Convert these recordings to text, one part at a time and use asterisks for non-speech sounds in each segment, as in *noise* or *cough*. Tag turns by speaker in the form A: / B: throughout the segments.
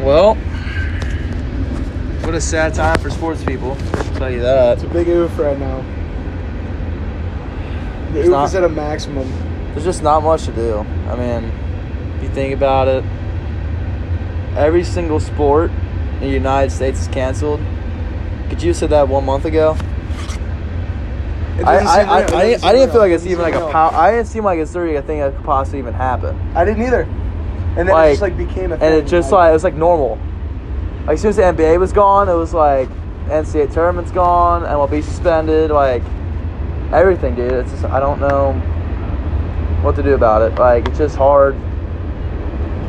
A: Well, what a sad time for sports people. I'll tell you that.
B: It's a big oof right now. The
A: It's
B: oof
A: not-
B: is at a maximum.
A: There's just not much to do. I mean, if you think about it, every single sport in the United States is canceled. Could you have said that one month ago?
B: It
A: I,
B: doesn't
A: I,
B: seem
A: I,
B: real. It
A: I, didn't-
B: doesn't
A: I
B: seem
A: didn't feel
B: real.
A: like it's
B: It
A: even like
B: doesn't
A: a
B: seem
A: pow- I didn't seem like it's really a thing that could possibly even happen.
B: real. I didn't either. And then it
A: Like,
B: just like became a
A: and it just like it was like normal. Like as soon as the NBA was gone, it was like NCAA tournament's gone, MLB suspended, like everything, dude. It's just I don't know what to do about it. Like it's just hard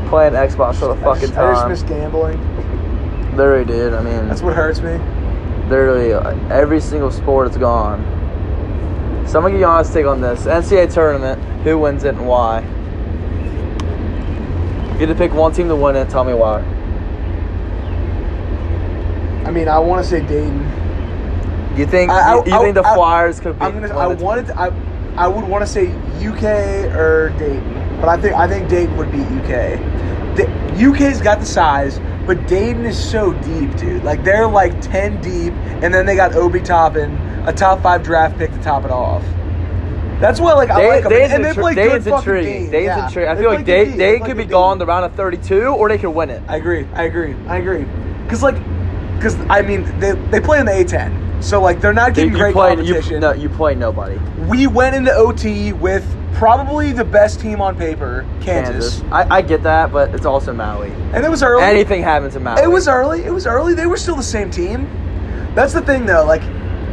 A: playing Xbox for the
B: I
A: fucking
B: just, I just
A: time.
B: miss gambling.
A: Literally, dude. I mean,
B: That's what hurts me.
A: literally like, every single sport is gone. So I'm gonna get your honest take on this NCAA tournament. Who wins it and why? If you had to pick one team to win it, tell me why.
B: I mean, I want to say Dayton.
A: You think
B: I- I-
A: you, you
B: I-
A: think the
B: I-
A: Flyers could be?
B: I'm gonna.
A: one
B: I
A: of the-
B: wanted. To, I. I would want to say UK or Dayton, but I think I think Dayton would beat UK. The, UK's got the size, but Dayton is so deep, dude. Like they're like ten deep, and then they got Obi Toppin, a top five draft pick to top it off. That's what like I
A: Day-
B: like 'em,
A: Days
B: and they
A: intri-
B: play
A: Days
B: good fucking
A: intriguing.
B: Dayton,
A: Days
B: yeah.
A: intriguing. I
B: They
A: feel
B: play
A: like
B: good
A: they
B: Dayton,
A: they
B: play
A: could be
B: good
A: gone
B: Dayton.
A: the round of 32, or they could win it.
B: I agree. I agree. I agree. Because like, because I mean, they they play in the A10, so like they're not getting
A: you
B: great
A: play
B: competition.
A: you no you play nobody.
B: We went into OT with probably the best team on paper, Kansas.
A: I, I get that, but it's also Maui.
B: And it was early.
A: Anything happens in Maui.
B: It was early. It was early. They were still the same team. That's the thing, though. Like,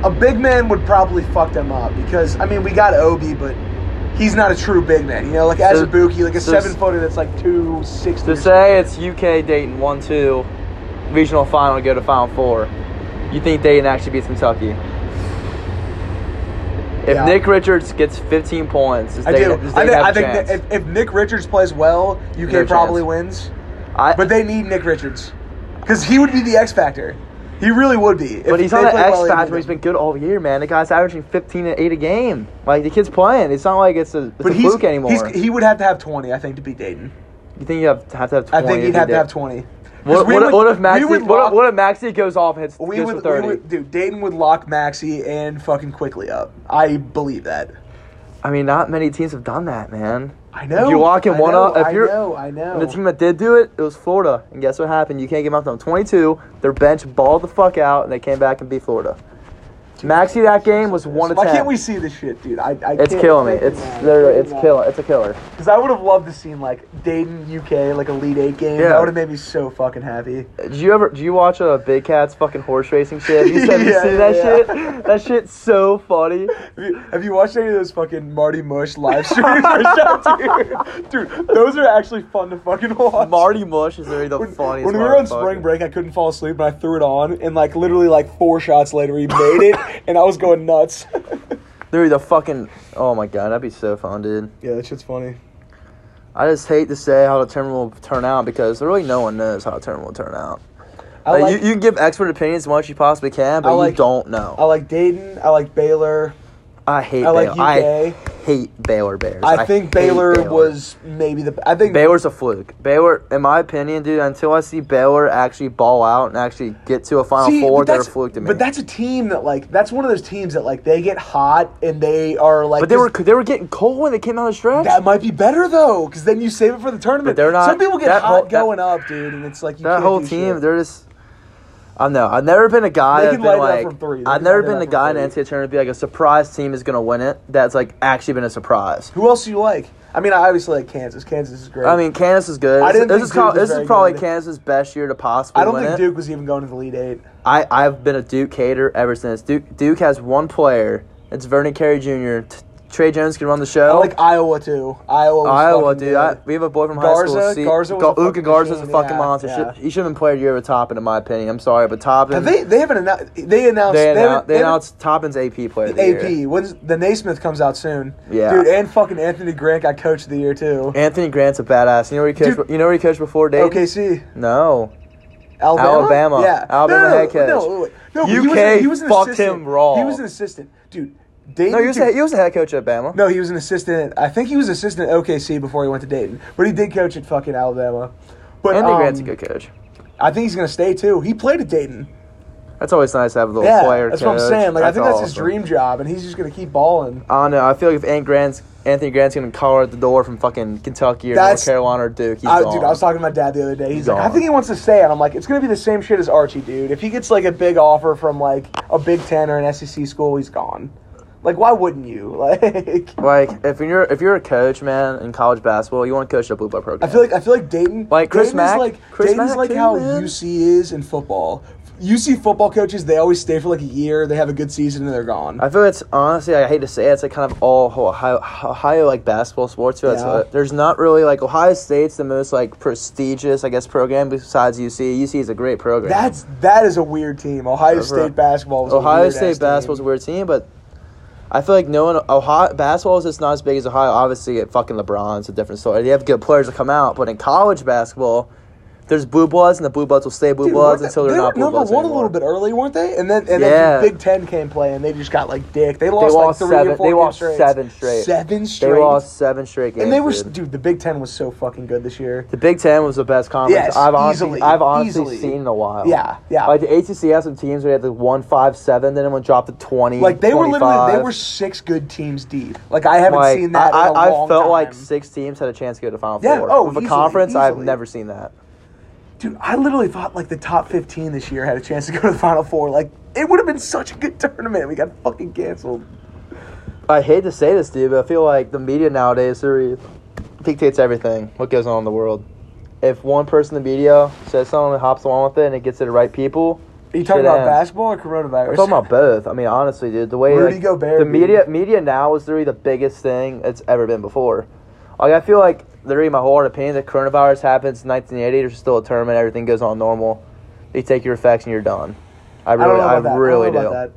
B: a big man would probably fuck them up because, I mean, we got Obi, but he's not a true big man. You know, like
A: So-
B: Azubuki, like a
A: so-
B: seven footer that's like 260.
A: to say it's UK Dayton one two, regional final go to final four. You think Dayton actually beats Kentucky? If
B: Yeah.
A: Nick Richards gets 15 points, does
B: I do.
A: Dayton, does Dayton
B: I think, I
A: have a
B: think that
A: chance?
B: if, if Nick Richards plays well, UK
A: No
B: probably
A: chance.
B: wins.
A: I-
B: But they need Nick Richards because he would be the X factor. He really would be.
A: But
B: If
A: he's
B: they
A: on the
B: play
A: X
B: well, they
A: Factor.
B: need
A: He's
B: him.
A: been good all year, man. The guy's averaging 15 and 8 a game. Like, the kid's playing. It's not like it's a, it's a
B: he's-
A: fluke anymore.
B: he's- he would have to have 20, I think, to beat Dayton.
A: you think you have to have, to have 20?
B: I think he'd have to have 20. 'Cause
A: What,
B: we
A: what,
B: would-
A: what if Maxie,
B: we would
A: what,
B: lock-
A: if- what if Maxie goes off and hits,
B: we
A: goes
B: would-
A: for
B: we
A: 30?
B: would- dude, Dayton would lock Maxi and fucking quickly up. I believe that.
A: I mean, not many teams have done that, man.
B: I know.
A: If you're locking
B: I
A: one
B: know,
A: up, if
B: I
A: you're,
B: know, I know.
A: and the team that did do it, it was Florida. And guess what happened? You can't get them out on 22. Their bench balled the fuck out, and they came back and beat Florida. Maxie that game was one of
B: Why
A: ten.
B: can't we see this shit, dude? I, I
A: It's
B: can't
A: killing me. It's literally, it's killing. It's a killer.
B: Because I would have loved to seen like Dayton UK like a lead eight game.
A: Yeah.
B: That would have made me so fucking happy.
A: Did you ever? Do you watch uh, Big Cat's fucking horse racing shit? You said you
B: *laughs* Yeah,
A: see
B: yeah,
A: that
B: yeah.
A: shit. That shit's so funny.
B: Have you, have you watched any of those fucking Marty Mush live streams? or
A: *laughs*
B: shit, dude? dude, those are actually fun to fucking watch.
A: Marty Mush is really the
B: When,
A: funniest.
B: when we were on
A: motherfucker.
B: spring break, I couldn't fall asleep, and I threw it on, and like literally like four shots later, he made
A: *laughs*
B: it, and I was going nuts.
A: dude, the fucking. Oh my god, that'd be so fun, dude.
B: yeah, that shit's funny.
A: I just hate to say how the tournament will turn out because really no one knows how the tournament will turn out.
B: I
A: Like,
B: like,
A: you, you can give expert opinions as much as you possibly can,
B: I
A: but
B: like-
A: you don't
B: I
A: know.
B: like Dayton. I like Baylor.
A: I hate
B: I like
A: Baylor. I
B: UK.
A: hate Baylor Bears.
B: I, think
A: hate
B: Baylor, was maybe the. I think
A: Baylor's a fluke. Baylor, in my opinion, dude, until I see Baylor actually ball out and actually get to a Final
B: See,
A: Four,
B: but
A: they're a
B: that's-
A: fluke to me.
B: But that's a team that like that's one of those teams that like they get hot and they are like.
A: But they were
B: just-
A: they were getting cold when they came out of the stretch.
B: That might be better though, because then you save it for the tournament.
A: But they're not-
B: Some people get
A: that
B: hot
A: whole- that-
B: going up, dude, and it's like you
A: that
B: can't
A: whole
B: do
A: team,
B: shit.
A: they're just. I don't know. I've never been a guy
B: They
A: that's
B: can
A: been
B: light it up
A: like.
B: from three. They
A: I've
B: can
A: never
B: light it
A: been
B: up
A: the
B: from
A: guy in the
B: three.
A: NCAA tournament to be like a surprise team is going to win it. That's like actually been a surprise.
B: Who else do you like? I mean, I obviously like Kansas. Kansas is great.
A: I mean, Kansas is good.
B: I
A: This,
B: didn't
A: this
B: think
A: is prob-
B: Duke was
A: this
B: very
A: is probably
B: good.
A: Kansas' best year to possibly
B: I don't
A: win
B: think
A: it.
B: Duke was even going to the lead eight.
A: I I've been a Duke hater ever since. Duke Duke has one player. It's Vernon Carey Jr. T- Trey Jones can run the
B: I
A: show.
B: like Iowa too. Iowa. Was
A: Iowa,
B: fucking
A: dude.
B: good.
A: I, we have a boy from
B: Garza-
A: high school. See,
B: Garza was a
A: Luka
B: fucking
A: Garza was a
B: machine,
A: fucking
B: yeah,
A: monster.
B: yeah.
A: Should, he should have been played a year with Toppin, in my opinion. I'm sorry, but Toppin.
B: Have they they haven't announced. They announced.
A: they,
B: haven't-
A: annou- they
B: haven't-
A: announced Toppin's AP player. Of the
B: AP.
A: Year.
B: When's the Naismith comes out soon?
A: Yeah.
B: dude, and fucking Anthony Grant got coach of the year too.
A: Anthony Grant's a badass. You know where he coached?
B: Dude.
A: You know where he coached before Dayton?
B: OKC,
A: No,
B: Alabama,
A: Alabama.
B: yeah,
A: Alabama
B: no, no,
A: head coach.
B: No, wait, no,
A: UK
B: but he was, he was an
A: fucked
B: assistant.
A: him raw.
B: He was an assistant, dude. Dayton
A: no, he was,
B: took-
A: a, he was a head coach at Bama.
B: no, he was an assistant. I think he was assistant at OKC before he went to Dayton, but he did coach at fucking Alabama. But
A: Anthony
B: um,
A: Grant's a good coach.
B: I think he's gonna stay too. He played at Dayton.
A: That's always nice to have a little
B: Yeah,
A: player.
B: that's what I'm
A: coach.
B: saying. Like I think that's his
A: awesome.
B: dream job, and he's just gonna keep balling.
A: I don't know. I feel like if Ant Grant's, Anthony Grant's gonna call her at the door from fucking Kentucky or
B: That's-
A: North Carolina or Duke, he's
B: I,
A: gone.
B: dude, I was talking to my dad the other day. He's,
A: He's
B: like, I
A: gone.
B: think he wants to stay, and I'm like, it's gonna be the same shit as Archie, dude. If he gets like a big offer from like a Big Ten or an SEC school, he's gone. Like, why wouldn't you? *laughs* Like,
A: like if you're if you're a coach, man, in college basketball, you want to coach a blue blood program.
B: I feel like I feel like Dayton,
A: Like Chris
B: Dayton
A: Mack?
B: is like
A: Chris
B: Dayton's
A: Mack
B: like
A: too,
B: how
A: man.
B: UC is in football. UC football coaches, they always stay for like a year, they have a good season, and they're gone.
A: I feel it's honestly, I hate to say it, it's like kind of all Ohio, Ohio like basketball sports. Too. That's
B: Yeah.
A: uh, there's not really like Ohio State's the most like prestigious, I guess, program besides UC. UC is a great program.
B: That's that is a weird team. Ohio
A: That's
B: State
A: right.
B: basketball. Was a
A: Ohio
B: weird
A: State basketball's a
B: Team.
A: weird team, but I feel like no one Ohio basketball is just not as big as Ohio. Obviously, at fucking LeBron's a different story. They have good players that come out, but in college basketball, there's blue bloods, and the blue bloods will stay blue
B: Dude,
A: bloods
B: weren't they-
A: until they're
B: they
A: not
B: were
A: blue
B: number
A: bloods
B: one a
A: anymore.
B: little bit early, weren't they? And then and
A: Yeah.
B: then Big Ten came playing. They just got like dick. They lost
A: lost
B: like three
A: seven-
B: or four
A: they
B: games
A: lost
B: straight.
A: seven straight.
B: Seven
A: They
B: straight.
A: lost seven straight games,
B: And they were
A: dude.
B: dude. The Big Ten was so fucking good this year.
A: The Big Ten was the best conference
B: Yes,
A: I've honestly,
B: easily,
A: I've honestly
B: easily.
A: seen in a while.
B: Yeah, yeah.
A: Like the ACC has some teams where they had the one five seven, then everyone dropped to twenty.
B: Like they were literally they
A: 25.
B: were six good teams deep. Like I haven't
A: Like,
B: seen that.
A: I,
B: in a
A: I- I
B: long
A: felt
B: time.
A: like six teams had a chance to go to the Final
B: Yeah,
A: Four.
B: oh,
A: With a
B: easily,
A: conference, I've
B: easily.
A: never seen that.
B: Dude, I literally thought like the top 15 this year had a chance to go to the Final Four. Like, it would have been such a good tournament. We got fucking canceled.
A: I hate to say this, dude, but I feel like the media nowadays really dictates everything. What goes on in the world. If one person in the media says something and hops along with it and it gets to the right people,
B: Are you talking
A: Shit
B: about
A: ends.
B: basketball or coronavirus?
A: I'm talking about both. I mean, honestly, dude, the way
B: Rudy
A: like,
B: Gobert,
A: the
B: dude.
A: media media now is really the biggest thing it's ever been before. Like, I feel like literally my whole opinion that coronavirus happens in 1980. There's still a tournament. Everything goes on normal. They take your effects and you're done. I
B: I don't
A: really,
B: know
A: I,
B: about that. I
A: really
B: don't know
A: do.
B: about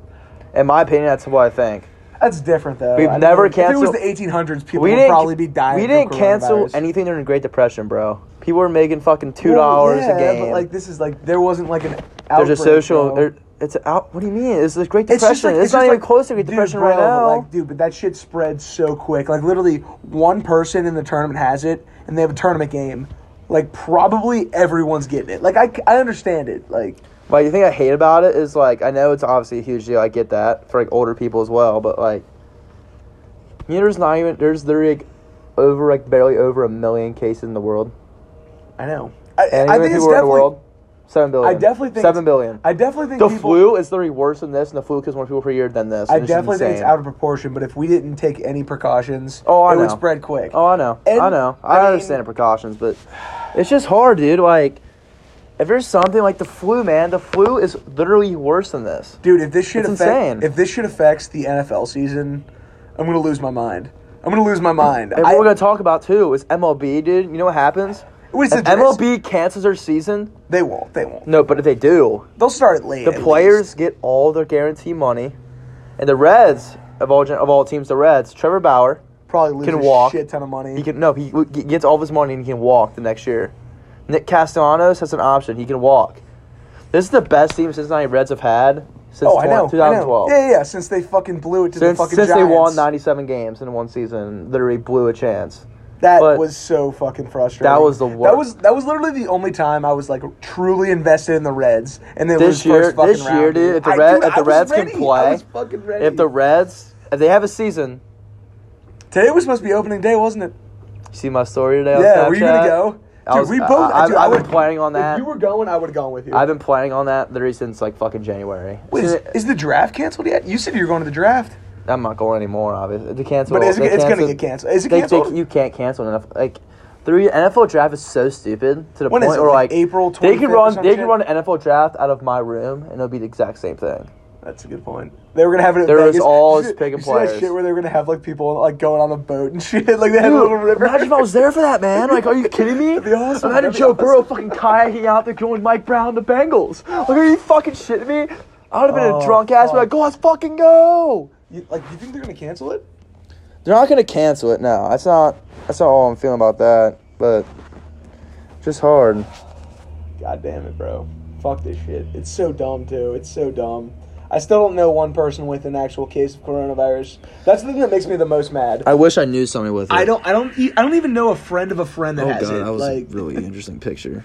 A: In my opinion, that's what I think.
B: that. That's different though.
A: We've
B: I mean,
A: never
B: If
A: canceled-
B: it was the 1800s, people
A: we
B: would
A: didn't
B: probably be dying.
A: We
B: from
A: didn't cancel
B: coronavirus.
A: anything during the Great Depression, bro. People were making fucking two
B: Well,
A: dollars
B: yeah,
A: a game.
B: But like, this is like there wasn't like an. Outbreak,
A: There's a social.
B: bro.
A: There, it's out. What do you mean? It's the Great
B: It's
A: Depression.
B: just like
A: it's,
B: it's,
A: not
B: just
A: even
B: like,
A: close to the Great
B: dude,
A: Depression
B: bro,
A: right now.
B: but, Like, dude, but that shit spreads so quick. Like literally, one person in the tournament has it, and they have a tournament game. Like probably everyone's getting it. Like I, c- I understand it. Like
A: Like the thing I hate about it is like I know it's obviously a huge deal. I get that for like older people as well, but like, you know, there's not even there's literally like over like barely over a million cases in the world.
B: I know. I,
A: And
B: I
A: how many
B: think it's
A: people are in the
B: definitely.
A: world? Seven billion.
B: I definitely think
A: seven
B: it's-
A: billion.
B: I definitely think
A: the
B: people,
A: flu is literally worse than this, and the flu kills more people per year than this.
B: I
A: and it's
B: definitely think it's
A: insane.
B: out of proportion. But if we didn't take any precautions,
A: Oh, I
B: it would
A: know.
B: spread quick.
A: Oh, I know.
B: And,
A: I know.
B: I
A: I,
B: mean-
A: understand the precautions, but it's just hard, dude. Like, if there's something like the flu, man, the flu is literally worse than this.
B: Dude, if this shit
A: It's
B: affect-
A: insane.
B: if this shit affects the NFL season, I'm gonna lose my mind. I'm gonna lose my mind.
A: And
B: I-
A: what we're gonna talk about too is MLB, dude. You know what happens?
B: Wait, so
A: If
B: does-
A: MLB cancels their season,
B: They won't. They won't.
A: no, but if they do,
B: They'll start it late.
A: the
B: at
A: players
B: least.
A: get all their guarantee money, and the Reds of all gen- of all teams, the Reds, Trevor Bauer,
B: probably lose
A: can
B: a
A: walk.
B: shit ton of money.
A: he can no, he w- g- gets all of his money and he can walk the next year. Nick Castellanos has an option; he can walk. This is the best team Cincinnati Reds have had since
B: oh, I know.
A: 2012.
B: I know. Yeah, yeah, yeah. Since they fucking blew it to the
A: Since,
B: fucking
A: since they
B: Giants.
A: won 97 games in one season, literally blew a chance.
B: That
A: but-
B: was so fucking frustrating.
A: That was the
B: That
A: worst.
B: was that was literally the only time I was like truly invested in the Reds, and they lose
A: This year,
B: first fucking
A: this
B: round,
A: year, dude, if the,
B: I-
A: Red,
B: dude,
A: if
B: I
A: the
B: was
A: Reds
B: ready.
A: can play,
B: I was fucking ready.
A: if the Reds, if they have a season,
B: today was supposed to be opening day, wasn't it?
A: you see my story today. on
B: Yeah, were you
A: Snapchat?
B: gonna go? Dude,
A: I was-
B: we both.
A: I- I-
B: dude,
A: I've been
B: would've-
A: planning on that.
B: If you were going, I would have gone with you.
A: I've been planning on that literally since like fucking January.
B: Wait, is, is the draft canceled yet? You said you were going to the draft.
A: I'm not going anymore, obviously. They cancel.
B: But is it-
A: they
B: it's gonna
A: cancel-
B: get canceled. Is it
A: they- they-
B: canceled?
A: you can't cancel enough. Like the re- NFL draft is so stupid to the
B: When is
A: point
B: it,
A: where
B: like,
A: like,
B: April
A: They could
B: 25th or
A: run.
B: some
A: They could
B: shit?
A: run an NFL draft out of my room, and it'll be the exact same thing.
B: That's a good point. They were gonna have it. At
A: There was
B: Vegas.
A: all
B: You
A: his
B: see-
A: pick and
B: you see that
A: players.
B: shit where they were gonna have like people like going on a boat and *laughs* shit. Like they had a
A: Dude,
B: little river.
A: Imagine if I was there for that, man. Like, are you
B: *laughs*
A: kidding me?
B: That'd be awesome.
A: Imagine
B: That'd be
A: Joe
B: awesome.
A: Burrow fucking kayaking out there going Mike Brown the Bengals. Like, are you fucking shitting me? I would have been
B: Oh,
A: a drunk ass. Be
B: fuck.
A: like, go, let's fucking go.
B: You- like, you think they're gonna cancel it?
A: They're not gonna cancel it. No, that's not. That's not all I'm feeling about that. But just hard.
B: God damn it, bro. Fuck this shit. It's so dumb too. It's so dumb. I still don't know one person with an actual case of coronavirus. That's the thing that makes me the most mad.
A: I wish I knew somebody with it. Oh
B: I don't. I don't. e- I don't even know a friend of a friend that has it. like, *laughs*
A: really interesting picture.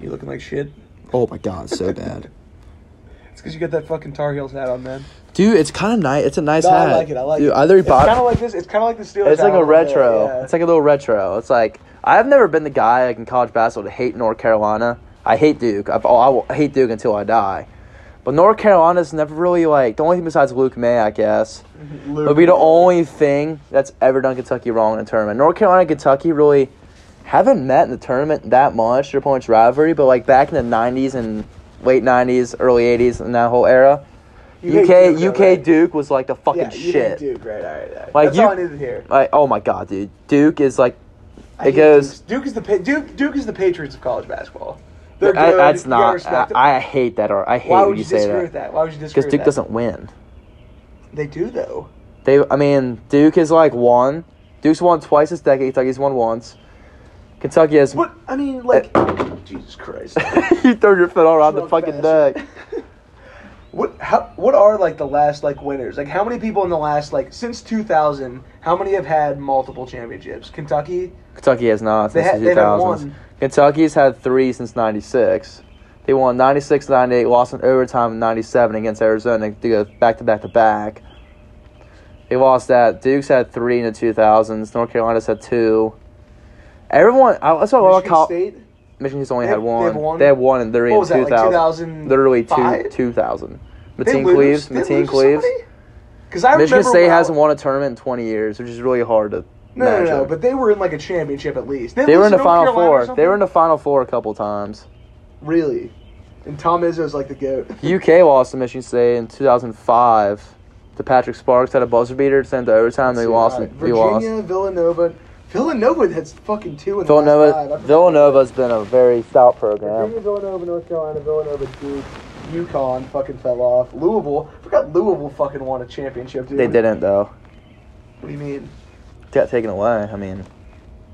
B: You looking like shit?
A: Oh my god, so bad.
B: It's because you got that fucking Tar Heels hat on, man.
A: Dude, it's kind of nice. It's a nice
B: No,
A: hat.
B: I like it. I like
A: Dude,
B: it.
A: either he
B: it's
A: bought.
B: kind of like this. It's kind of like the Steelers.
A: it's like
B: hat
A: a
B: on the wall,
A: retro.
B: yeah.
A: It's like a little retro. It's like I've never been the guy like in college basketball to hate North Carolina. I hate Duke. I've, I will hate Duke until I die. But North Carolina's never really like the only thing besides Luke May, I guess.
B: Lou-
A: It'll be the only thing that's ever done Kentucky wrong in a tournament. North Carolina, Kentucky really haven't met in the tournament that much. Their points rivalry, but like back in the '90s and late '90s, early '80s, and that whole era,
B: You
A: UK
B: hate Duke, though,
A: UK
B: right?
A: Duke was like the fucking
B: yeah, you
A: shit.
B: Duke, right? All right, all right.
A: Like,
B: That's
A: you-
B: all I needed to hear.
A: Like, oh my god, dude, Duke is like
B: I
A: It
B: hate
A: goes-
B: Duke. Duke is the pa- Duke. Duke is the Patriots of college basketball.
A: I,
B: They're good.
A: that's
B: you gotta
A: not.
B: respect them.
A: I, I hate that. Or I hate
B: Why
A: when
B: would
A: you
B: you
A: say
B: disagree with
A: that
B: that? Why would you disagree?
A: because
B: with
A: Duke
B: that?
A: doesn't win.
B: They do though.
A: They, I mean, Duke is like one. Duke's won twice this decade. Kentucky's won once. Kentucky has.
B: What I mean, like, Jesus Christ.
A: *laughs* you throw your foot all around the
B: Drunk
A: fucking
B: bastard.
A: neck.
B: What how what are like the last like winners? Like how many people in the last like since 2000? How many have had multiple championships? Kentucky.
A: Kentucky has not
B: They
A: since
B: had-
A: the
B: they've had
A: 2000s.
B: one.
A: Kentucky's had three since 96. They won 96, 98, lost in overtime in 97 against Arizona to go back to back to back. They lost that. Duke's had three in the 2000s. North Carolina's had two. Everyone, I, that's what I love
B: Michigan
A: about
B: State.
A: Michigan's only
B: They-
A: had
B: they
A: one.
B: have one?
A: They had one in
B: What was that?
A: 2000.
B: Like 2000.
A: literally two, 2000. Mateen Cleaves. Mateen Cleaves.
B: Because I
A: Michigan
B: remember
A: State
B: when I-
A: hasn't won a tournament in 20 years, which is really hard to
B: No, no,
A: match
B: no,
A: up.
B: But they were in like a championship at least.
A: They were in the final four. They were in the final four a couple times.
B: really. And Tom Izzo's like the goat.
A: UK lost to Michigan State in 2005 to Patrick Sparks had a buzzer beater sent to overtime. They
B: See,
A: lost.
B: all right.
A: They
B: Virginia,
A: lost.
B: Villanova. Villanova that's fucking two in the last five. I
A: Villanova.
B: forgot.
A: Villanova's been a very stout program.
B: Virginia, Villanova, North Carolina, Villanova, Duke, UConn fucking fell off. Louisville. I forgot Louisville fucking won a championship, dude.
A: They didn't though.
B: What do you mean?
A: It Got taken away. I mean,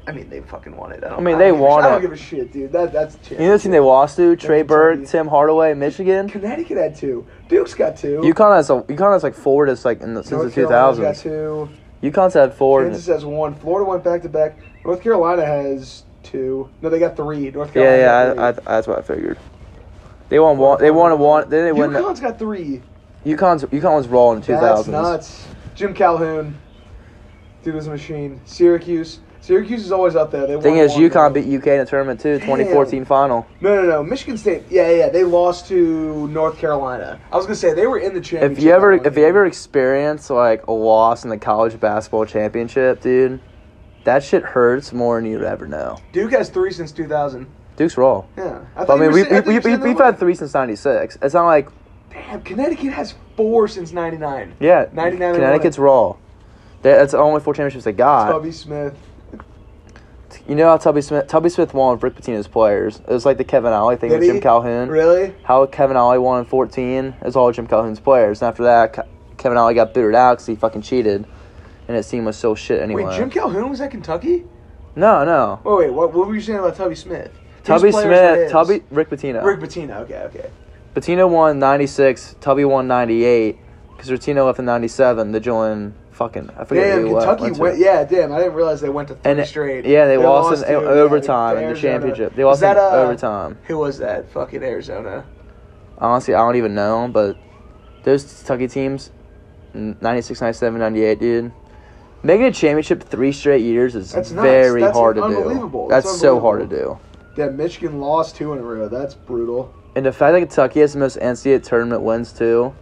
B: I mean, they fucking won it. I, don't,
A: I mean,
B: I
A: they
B: don't give a-
A: won
B: I don't
A: it.
B: give a shit, dude. That, that's a
A: you know the team they
B: championship.
A: lost to? Trey Burke,
B: Kentucky.
A: Tim Hardaway, Michigan.
B: *laughs* Connecticut had two. Duke's got two.
A: UConn has a UConn has like four that's like in the, since the
B: North Carolina's
A: 2000s.
B: got two.
A: UConn's had four. in-
B: Kansas has one. Florida went back to back. North Carolina has two. No, they got three. North
A: Yeah,
B: Carolina.
A: yeah,
B: got
A: I, I, that's what I figured. They won one. They won one. Then they
B: three.
A: won. the-
B: UConn's got three.
A: UConn's UConn was raw in the 2000s.
B: That's nuts. Jim Calhoun, dude was a machine. Syracuse. Syracuse is always up there. They
A: Thing
B: won
A: is,
B: one,
A: UConn
B: though.
A: beat UK in the tournament too,
B: Damn.
A: 2014 final.
B: No, no, no. Michigan State. Yeah, yeah. They lost to North Carolina. I was gonna say they were in the championship.
A: If you ever,
B: that one
A: if you
B: year.
A: ever experience like a loss in the college basketball championship, dude, that shit hurts more than you'd ever know.
B: Duke has three since 2000.
A: Duke's raw.
B: Yeah.
A: But, I mean, we, we, we,
B: have
A: we, we've had three since '96. It's not like
B: Damn, Connecticut has four since '99.
A: yeah,
B: 99 and
A: Connecticut's raw. That- That's the only four championships they got.
B: Tubby Smith.
A: You know how Tubby Smith, Tubby Smith won Rick Pitino's players. It was like the Kevin Ollie thing
B: Did
A: with
B: he?
A: Jim Calhoun.
B: Really?
A: how Kevin Ollie won in 14 is all Jim Calhoun's players. And after that, Ke- Kevin Ollie got booted out because he fucking cheated. And his team was so shit anyway.
B: Wait, Jim Calhoun was at Kentucky? Oh,
A: no, no.
B: Wait, wait. What, what were you saying about Tubby Smith? Whose
A: Tubby
B: players that
A: Smith,
B: is?
A: Tubby, Rick Pitino.
B: Rick Pitino. Okay, okay.
A: Pitino won 96, Tubby won 98, because Rutino left in 97 to join fucking, I forget
B: Damn,
A: who left-
B: Kentucky
A: went to.
B: went. Yeah, damn. I didn't realize they went to three
A: And it-
B: straight.
A: yeah, they lost in o-
B: to-
A: overtime
B: yeah,
A: in the
B: Arizona.
A: championship. They
B: Was
A: lost in
B: that, uh,
A: overtime.
B: Who was that? Fucking Arizona.
A: Honestly, I don't even know, but those Kentucky teams, 96, 97, 98, dude. Making a championship three straight years is
B: That's nuts.
A: very
B: That's
A: hard to
B: unbelievable.
A: do. That's,
B: That's
A: so hard to do.
B: unbelievable. That Michigan lost two in a row. That's brutal.
A: And the fact that Kentucky has the most NCAA tournament wins too,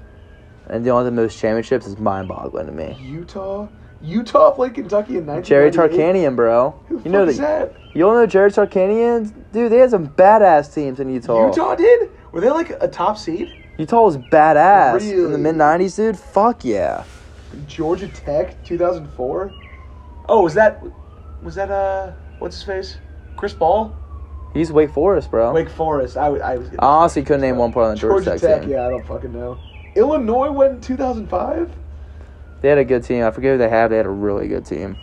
A: and they only have the most championships is mind-boggling to me.
B: Utah. Utah played Kentucky in 1998.
A: Jerry Tarkanian, bro.
B: Who the
A: You know
B: fuck is
A: that.
B: that?
A: You all know Jerry Tarkanian, dude. They had some badass teams in Utah.
B: Utah did. Were they like a top seed?
A: Utah was badass in the
B: Really?
A: mid '90s, dude. Fuck yeah.
B: Georgia Tech, 2004. Oh, was that? Was that uh? What's his face? Chris Ball.
A: He's Wake Forest, bro.
B: Wake Forest. I, w- I was.
A: Oh. I honestly couldn't name one player on the Georgia, Tech team.
B: Yeah, I don't fucking know. Illinois went in 2005.
A: They had a good team. I forget who they have. They had a really good team.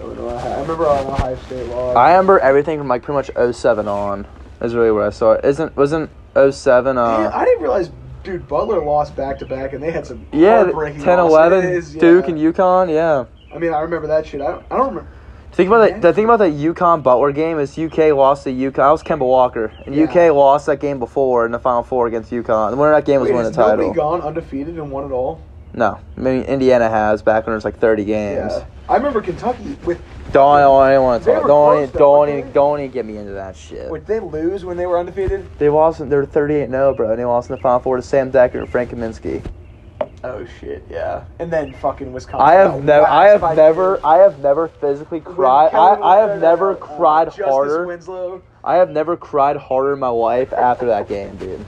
B: Illinois. I remember on Ohio State lost.
A: I uh, remember everything from like pretty much 07 on. Is really where I saw it. Isn't wasn't 07
B: Man,
A: uh
B: I didn't realize, dude. Butler lost back to back, and they had some
A: yeah
B: heartbreaking
A: 10
B: losses.
A: 11
B: It is,
A: Duke
B: yeah.
A: and Yukon, yeah.
B: I mean, I remember that shit. I don't. I don't remember.
A: Think about that. The thing about that UConn Butler game is UK lost to UConn. I was Kemba Walker, and
B: Yeah.
A: UK lost that game before in the Final Four against UConn. The winner of that game was
B: Wait,
A: winning
B: has
A: the title.
B: nobody gone undefeated and won it all?
A: no, I mean Indiana has back when it was like thirty games.
B: Yeah. I remember Kentucky with
A: Don't, I don't want to
B: They
A: talk.
B: were
A: Don't,
B: close,
A: even-
B: though,
A: don't,
B: weren't
A: even,
B: they?
A: don't even get me into that shit.
B: Wait, did they lose when they were undefeated?
A: They lost. in- They were thirty-eight zero, bro. And they lost in the Final Four to Sam Decker and Frank Kaminsky.
B: Oh shit, yeah. And then fucking Wisconsin.
A: I
B: got
A: have never, I
B: waxed
A: have
B: by
A: never, I have never physically
B: When
A: cried.
B: Kelly
A: I, I have
B: Leonard,
A: never
B: uh,
A: cried
B: Justice
A: harder.
B: Winslow.
A: I have never cried harder in my life after that game, dude.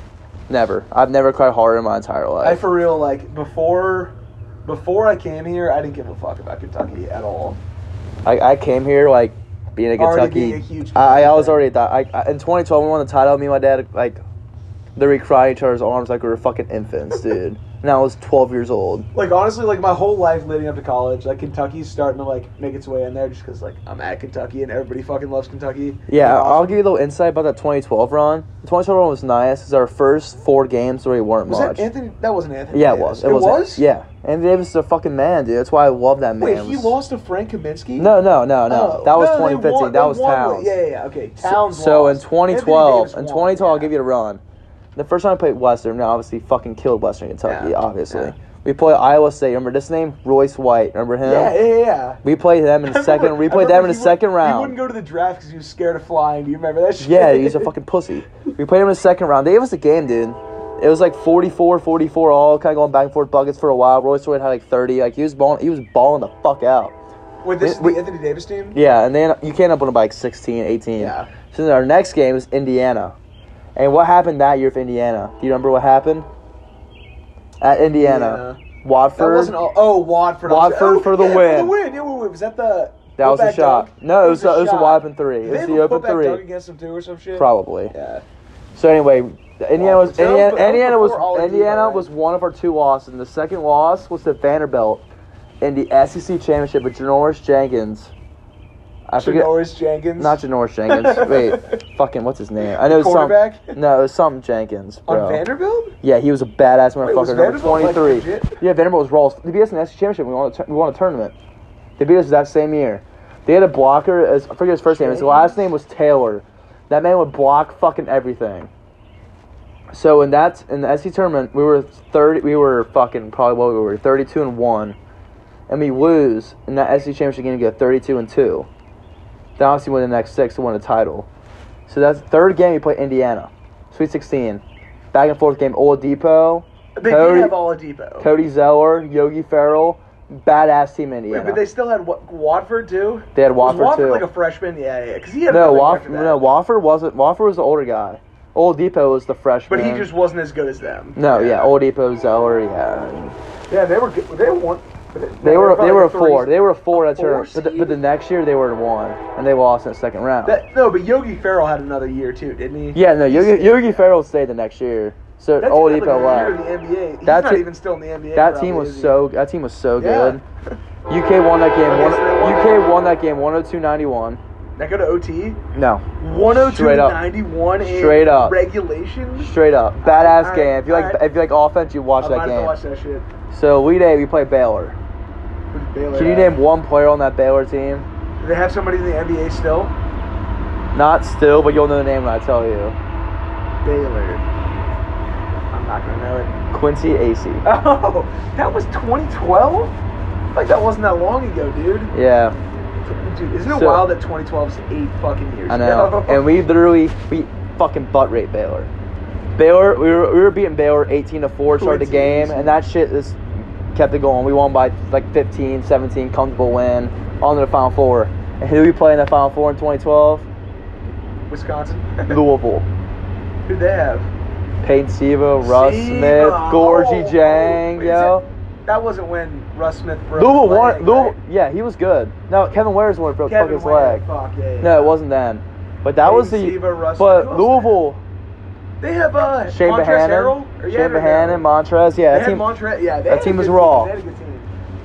A: Never. I've never cried harder in my entire
B: I
A: life.
B: for real like before, before I came here, I didn't give a fuck about Kentucky at all.
A: I, I came here like being a
B: Already
A: Kentucky.
B: being a huge
A: I, I was
B: fan.
A: already that. I, I, in 2012, we won the title. Me and my dad like literally cried in each other's arms like we were fucking infants,
B: *laughs*
A: dude. and I was 12 years old.
B: Like honestly, like my whole life leading up to college, like Kentucky's starting to like make its way in there just because like I'm at Kentucky and everybody fucking loves Kentucky.
A: Yeah,
B: They're
A: I'll
B: awesome.
A: give you a little insight about that 2012 run. The 2012 run was nice. It was our first four games where we weren't
B: Was
A: much.
B: that Anthony? That wasn't Anthony.
A: Yeah, it
B: Davis.
A: was. It, was, Yeah, Anthony Davis is a fucking man, dude. That's why I love that man.
B: Wait,
A: It
B: he
A: was-
B: lost to Frank Kaminsky?
A: No, no, no, no.
B: Oh.
A: that was
B: No, they
A: 2015. that
B: won- they
A: was
B: won with-
A: Towns.
B: Yeah, yeah, yeah, okay.
A: So-
B: Towns.
A: So
B: lost.
A: in
B: Anthony
A: 2012,
B: Davis
A: in
B: won,
A: 2012, I'll
B: yeah.
A: give you a run. The first time I played Western, now obviously fucking killed Western Kentucky.
B: Yeah,
A: Obviously,
B: yeah.
A: we played Iowa State. Remember this name, Royce White. Remember him?
B: Yeah, yeah, yeah.
A: We played them in
B: *laughs* I
A: the second.
B: remember-
A: We
B: I
A: played them in
B: remember
A: the
B: he would-
A: second
B: He
A: round.
B: wouldn't go to the draft because he was scared of flying. Do you remember that shit?
A: Yeah, he's a fucking pussy. We played him in the second round. They gave us a game, dude. It was like 44, 44 all, kind of going back and forth buckets for a while. Royce White had like 30. Like he was balling, he was balling the fuck out.
B: Wait, this is
A: we-
B: the Anthony Davis team?
A: Yeah, and then you can't up on it by like 16, 18.
B: Yeah.
A: So then our next game is Indiana. And what happened that year for Indiana? Do you remember what happened? At Indiana,
B: That
A: Watford.
B: wasn't all. Oh, Watford. I was-
A: Watford
B: oh,
A: for the
B: yeah,
A: win.
B: For the win. Yeah, wait, wait, was that the.
A: That was a
B: putback
A: shot.
B: dunk?
A: No, it was a- it was a
B: shot.
A: wide open three.
B: Did
A: It was
B: they
A: the
B: have a
A: open
B: putback
A: three.
B: dunk against him too or some shit?
A: probably.
B: Yeah.
A: So anyway, Indiana was
B: That was-
A: Indiana,
B: that was
A: Indiana
B: before all
A: was
B: of these,
A: Indiana
B: right?
A: was one of our two losses. And the second loss was to Vanderbilt in the SEC championship with Janoris Jenkins. I forget.
B: Janoris Jenkins.
A: Not Janoris
B: *laughs*
A: Jenkins. Wait, fucking what's his name? I know it's some.
B: Quarterback?
A: No, it was something Jenkins. Bro.
B: On Vanderbilt?
A: Yeah, he was a badass
B: Wait, was
A: motherfucker. Number
B: Vanderbilt, like,
A: 23.
B: legit?
A: yeah, Vanderbilt was Rawls. They beat us in the SEC championship. We won, a tur- we won a tournament. They beat us that same year. They had a blocker. As, I forget his first name. His last name was Taylor. That man would block fucking everything. So in that in the SEC tournament, we were thirty. We were fucking probably what we were thirty-two and one, and we lose in that SEC championship game. We go thirty-two and two. Then obviously win the next six and win a title. So that's the third game we play Indiana, Sweet Sixteen, back and forth game. Old Depot,
B: They
A: Cody-
B: did have Oladipo.
A: Cody Zeller, Yogi Ferrell, badass team Indiana.
B: Wait, but they still had what, Watford too.
A: They had
B: Was
A: Watford, too.
B: like a freshman, yeah, yeah, because he had
A: no,
B: really
A: Woff-
B: after that.
A: no, Wofford wasn't. Wofford was the older guy. Old Depot was the freshman.
B: but he just wasn't as good as them.
A: No, yeah, Old Depot, Zeller, yeah.
B: yeah, they were good. They won.
A: They were
B: probably
A: they were a
B: like three-
A: four. They were a four at
B: four
A: turn. But the, but the
B: seed?
A: next year they were in one, and they lost in the second round.
B: That, no, but Yogi Ferrell had another year too, didn't he?
A: yeah, no, Yogi, Yogi Ferrell stayed the next year. So
B: That
A: Old
B: team had,
A: Depot
B: like, a
A: left.
B: year in the NBA. He's
A: That
B: not
A: team-
B: even still in the NBA.
A: That
B: probably,
A: team
B: is
A: was
B: he?
A: so that team was so
B: Yeah.
A: good. UK won that game.
B: Okay,
A: One,
B: so they won that-
A: UK won that game 102-91.
B: That go to OT.
A: No,
B: 102
A: Straight up.
B: 91 oh in
A: Straight up.
B: regulation.
A: straight up badass
B: Alright,
A: game. If you like
B: alright.
A: if you like offense, you watch
B: I might
A: that
B: have to
A: game.
B: watch that shit.
A: So lead A, we play Baylor.
B: With Baylor
A: Can you
B: at.
A: name one player on that Baylor team?
B: Do they have somebody in the NBA still?
A: Not still, but you'll know the name when I tell you.
B: Baylor. I'm not gonna know it. *laughs*
A: Quincy Acey.
B: Oh, that was 2012. Like that wasn't that long ago, dude.
A: Yeah.
B: Dude, isn't it
A: So-
B: wild that 2012 is eight fucking years?
A: I know.
B: *laughs* ago?
A: and we literally we fucking butt rate Baylor. Baylor, we were, we were beating Baylor 18 to 4 to start the game, and that shit just kept it going. We won by like 15, 17, comfortable win on to the Final Four. And who we play in the Final Four in 2012?
B: Wisconsin. *laughs*
A: Louisville.
B: Who they have?
A: Peyton Siva, Russ
B: Siva.
A: Smith, Gorgie
B: Oh,
A: Jang,
B: wait, is
A: yo.
B: that- That wasn't when Russ Smith broke.
A: Louisville
B: his
A: won.
B: leg,
A: Louisville,
B: right?
A: yeah, he was good. No, Kevin Ware's the one who broke fucking
B: Kevin
A: his
B: Ware,
A: leg.
B: Fuck yeah. yeah.
A: No, it wasn't then. But that
B: Peyton
A: was the.
B: Siva, Russ
A: but
B: Smith.
A: Louisville.
B: They have uh.
A: Shane
B: Montrezl
A: Bohannon,
B: Harrell? Or- yeah,
A: Shane
B: no, no.
A: Bohannon, Montrez, yeah.
B: They
A: that
B: had
A: team-
B: Montrez. Yeah, they
A: that
B: had a
A: team
B: good
A: was raw.
B: They had a good team.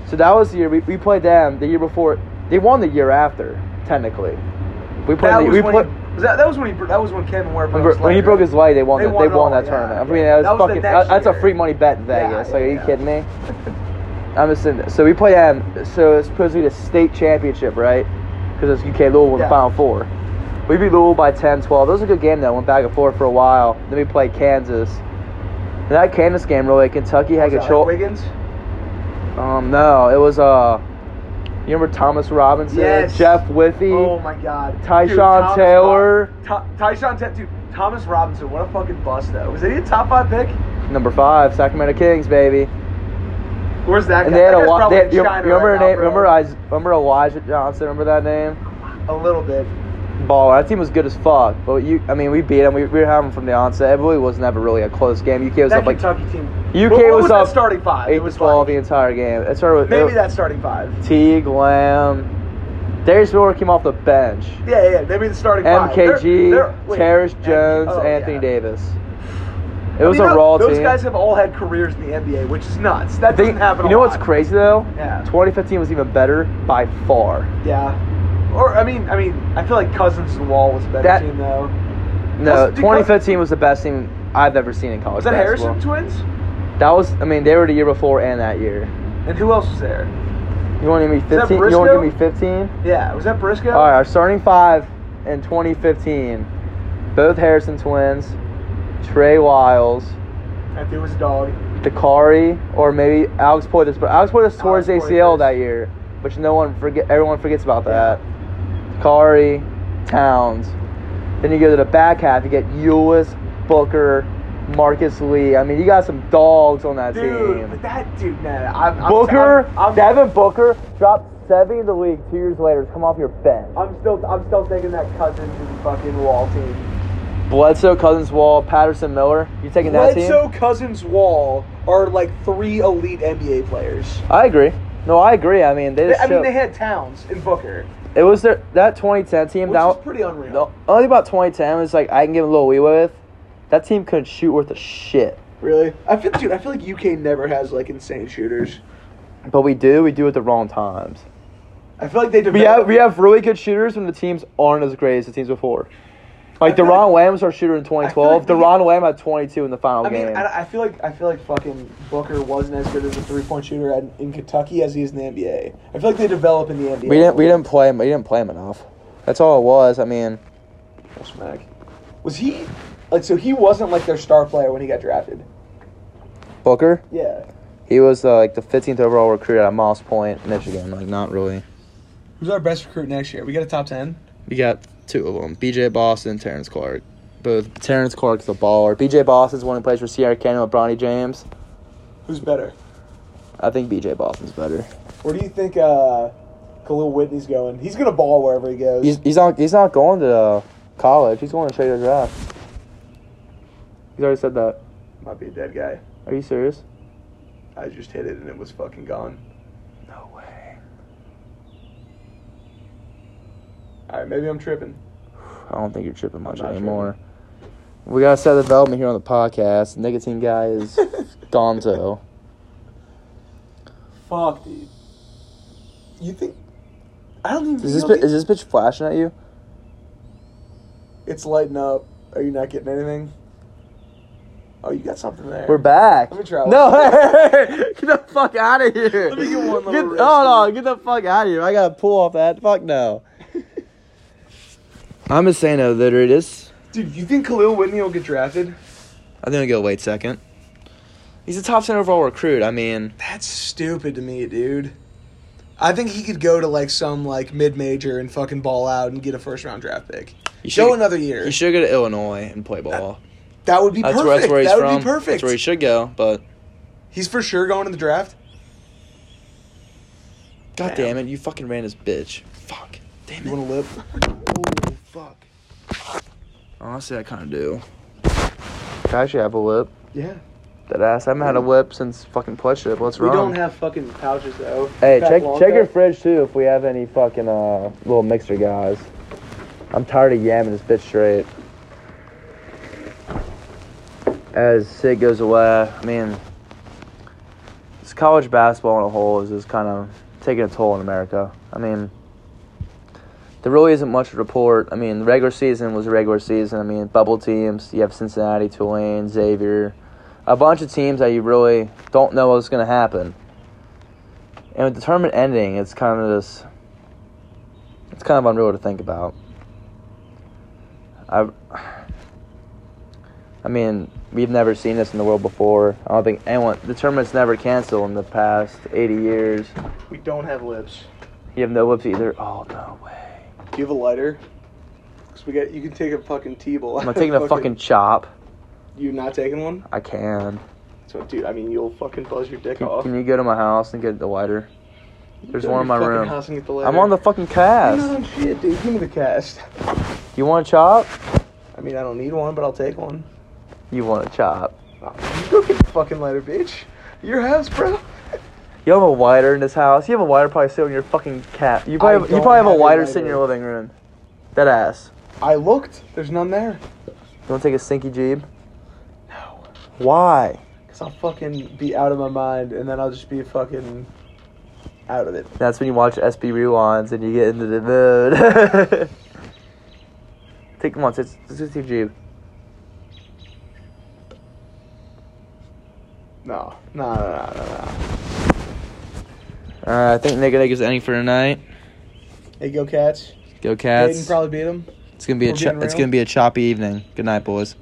A: so that was the year we, we played them. The year before, they won the year after, technically. We played.
B: That
A: the,
B: was
A: we
B: when
A: played
B: he, was that, that was when he bro- that was when Kevin Ware broke
A: when,
B: his
A: when he
B: leg,
A: broke
B: right?
A: his leg. They won.
B: They
A: the-
B: won
A: they
B: it
A: won
B: all,
A: that
B: yeah,
A: tournament. I
B: yeah.
A: mean, that was,
B: That was the
A: fucking.
B: next
A: that's a
B: year.
A: free money bet in
B: Yeah,
A: Vegas.
B: yeah,
A: like, are you
B: yeah.
A: kidding
B: *laughs*
A: me? um, I'm just saying. So we play them. So it's supposed to be the state championship, right? because it's UK Louisville in
B: Yeah.
A: the Final Four. We beat Louisville by 10, 12. That was a good game though. Went back and forth for a while. Then we played Kansas. And that Kansas game really, Kentucky had
B: Was that like
A: control.
B: Wiggins?
A: um, no, it was uh, you remember Thomas Robinson,
B: Yes.
A: Jeff Withey,
B: Oh my God. Dude,
A: Tyshawn
B: Thomas
A: Taylor,
B: Rob- Ty- Tyshawn Taylor. Dude, Thomas Robinson. What a fucking bust, though. Was he a top five pick?
A: number five, Sacramento Kings, baby.
B: Where's that
A: And
B: guy?
A: they had
B: That
A: a
B: guy's
A: wa-
B: probably
A: they,
B: in
A: you, you
B: China
A: remember
B: right
A: her
B: now,
A: name?
B: bro.
A: Remember, Is- remember Elijah Johnson? Remember that name?
B: A little bit.
A: Baller. That team was good as fuck. But you, I mean, we beat them. We, we were having from the onset. It really was never really a close game. UK was
B: that
A: up like
B: Kentucky team.
A: UK
B: What- what
A: was,
B: was that
A: up
B: starting five?
A: eight
B: It was
A: to twelve
B: like-
A: the entire game. It started with
B: Maybe
A: it-
B: that starting five.
A: Teague, Lamb, Darius Miller came off the bench.
B: Yeah, yeah. Maybe the starting five. They're-
A: MKG,
B: they're- wait,
A: Terrence
B: MKG.
A: Jones,
B: Oh,
A: Anthony
B: yeah.
A: Davis. It
B: I
A: was
B: mean,
A: a
B: no,
A: raw
B: those
A: team.
B: guys have all had careers in the NBA, which is nuts.
A: I
B: That
A: think-
B: doesn't happen.
A: you
B: a
A: know
B: lot.
A: what's crazy though?
B: Yeah.
A: 2015 was even better by far.
B: Yeah. Or I mean, I mean, I feel like Cousins and Wall was a better
A: That-
B: team though.
A: No,
B: Also, because-
A: 2015 was the best team I've ever seen in college.
B: Was that
A: basketball.
B: Harrison twins?
A: That was, I mean, they were the year before and that year.
B: And who else was there?
A: You want to give me
B: that
A: 15? You want to give
B: Briscoe?
A: me 15?
B: Yeah, was that Briscoe?
A: All right, our starting five in 2015, both Harrison twins, Trey Wiles,
B: That dude was a dog.
A: Dakari, or maybe Alex Poitras. But Alex Poitras tore his
B: Alex
A: ACL
B: Poitras.
A: that year, which no one forget. Everyone forgets about
B: Yeah.
A: that. Dakari, Towns. Then you go to the back half. You get Euless, Booker, Marcus Lee. I mean, you got some dogs on that
B: Dude,
A: team.
B: but that dude, man. I'm, I'm,
A: Booker,
B: I'm, I'm,
A: Devin Booker dropped seventy in the league two years later. to Come off your bench.
B: I'm still, I'm still taking that Cousins and fucking Wall team.
A: Bledsoe, Cousins, Wall, Patterson, Miller. You taking that
B: Bledsoe,
A: team?
B: Cousins, Wall are like three elite NBA players.
A: I agree. No, I agree. I mean, they
B: They-
A: just
B: I mean,
A: showed-
B: they had Towns and Booker,
A: it was their that 2010 team.
B: which
A: That
B: is pretty unreal.
A: the only thing about 2010 is like I can give them a little leeway with. That team couldn't shoot worth a shit,
B: Really, I feel, dude. I feel like UK never has like insane shooters.
A: but we do. We do at the wrong times.
B: I feel like they
A: We
B: develop.
A: have we have really good shooters when the teams aren't as great as the teams before. Like
B: I feel
A: Deron Lamb was our shooter in
B: like
A: 2012.
B: we-
A: Deron Lamb had 22 in the final
B: I mean,
A: game.
B: I, I feel like I feel like fucking Booker wasn't as good as a three point shooter at, in Kentucky as he is in the NBA. I feel like they develop in the NBA.
A: We didn't. We didn't play him. We didn't play him enough. That's all it was. I mean,
B: Oh, smack. Was he like so? He wasn't like their star player when he got drafted.
A: Booker.
B: Yeah.
A: He was uh, like the 15th overall recruit out of Moss Point, Michigan. Like not really.
B: Who's our best recruit next year? We got a top ten.
A: We got two of them: B.J. Boston, Terrence Clark. Both Terrence Clark's a baller. B.J. Boston's one who plays for Sierra Canyon with Bronny James.
B: Who's better?
A: I think B.J. Boston's better.
B: Where do you think uh, Khalil Whitney's going? He's gonna ball wherever he goes.
A: He's, he's not. He's not going to uh, college. He's going to straight to the draft. He's already said that.
B: Might be a dead guy.
A: Are you serious?
B: I just hit it and it was fucking gone.
A: No way.
B: All right, maybe I'm tripping.
A: I don't think you're tripping much
B: not
A: anymore. We got set development here on the podcast. Nicotine guy
B: *laughs*
A: is Gonzo.
B: *laughs* Fuck, dude. You think? I don't even.
A: Is this
B: you
A: bi-
B: don't
A: is
B: think-
A: this bitch flashing at you?
B: It's lighting up. Are you not getting anything? Oh, you got something there.
A: We're back.
B: Let me try one.
A: No, hey, hey, hey, *laughs* get the fuck out of here.
B: Let me get one little
A: Get,
B: wrist.
A: oh no, get the fuck out of here. I gotta pull off that. Fuck no. *laughs* I'm just saying though, that it is.
B: Dude, you think Khalil Whitney will get drafted?
A: I think I'll go wait second. He's a top ten overall recruit. I mean,
B: That's stupid to me, dude. I think he could go to like some like mid major and fucking ball out and get a first round draft pick.
A: you
B: Go another year.
A: You should go to Illinois and play ball.
B: That would be
A: That's
B: perfect.
A: where that's where he's
B: that would
A: from.
B: be perfect.
A: That's where he should go. But
B: He's for sure going in the draft.
A: god
B: Damn.
A: damn it, you fucking ran his bitch. Fuck. Damn
B: You
A: it.
B: want to live? oh fuck.
A: Honestly, I kind of do. I actually have a lip.
B: Yeah.
A: That ass. I haven't had a lip since fucking pledgeship. What's
B: We
A: wrong?
B: don't have fucking pouches though.
A: Hey,
B: Fat
A: check
B: long
A: check your
B: though.
A: fridge too if we have any fucking uh little mixer guys. I'm tired of yamming this bitch straight. As Sid goes away, I mean, this college basketball on a whole is just kind of taking a toll on America. I mean, there really isn't much to report. I mean, the regular season was a regular season. I mean, bubble teams. You have Cincinnati, Tulane, Xavier, a bunch of teams that you really don't know what's going to happen. And with the tournament ending, it's kind of this. It's it's kind of unreal to think about. I, I mean, we've never seen this in the world before. I don't think anyone. The tournament's never canceled in the past 80 years.
B: We don't have lips.
A: You have no lips either. Oh no way!
B: Do you have a lighter? Cause we got. You can take a fucking T-ball.
A: I'm not
B: *laughs*
A: taking a fucking chop.
B: You not taking one?
A: I can.
B: So, dude, I mean, you'll fucking buzz your dick
A: Can,
B: off.
A: can you go to my house and get the lighter? There's
B: Go to
A: one in my
B: your fucking
A: room.
B: house and get the
A: I'm
B: lighter.
A: on the fucking
B: *laughs*
A: cast.
B: No shit, dude. Give me the cast.
A: You want a chop?
B: I mean, I don't need one, but I'll take one.
A: You want a chop?
B: You Go get the fucking lighter, bitch. Your house, bro.
A: You have a lighter in this house. You have a lighter probably sitting on your fucking cat. You
B: I
A: probably you
B: don't
A: probably have a
B: have a
A: lighter sitting in
B: lighter.
A: your living room. That ass.
B: I looked. There's none there.
A: You want to take a stinky jeeb?
B: No.
A: Why?
B: Cause I'll fucking be out of my mind, and then I'll just be fucking out of it.
A: That's when you watch SB rewinds and you get into the mood. *laughs* Take them on, it's it's just your Jeep.
B: No. No. No. No. No. no.
A: Uh, I think Nigga Nigga's ending for tonight.
B: Hey, go cats.
A: Go
B: Caden
A: Cats.
B: probably beat him.
A: It's gonna be a
B: We're
A: cho-
B: getting
A: it's
B: real.
A: gonna be a choppy evening. Good night, boys.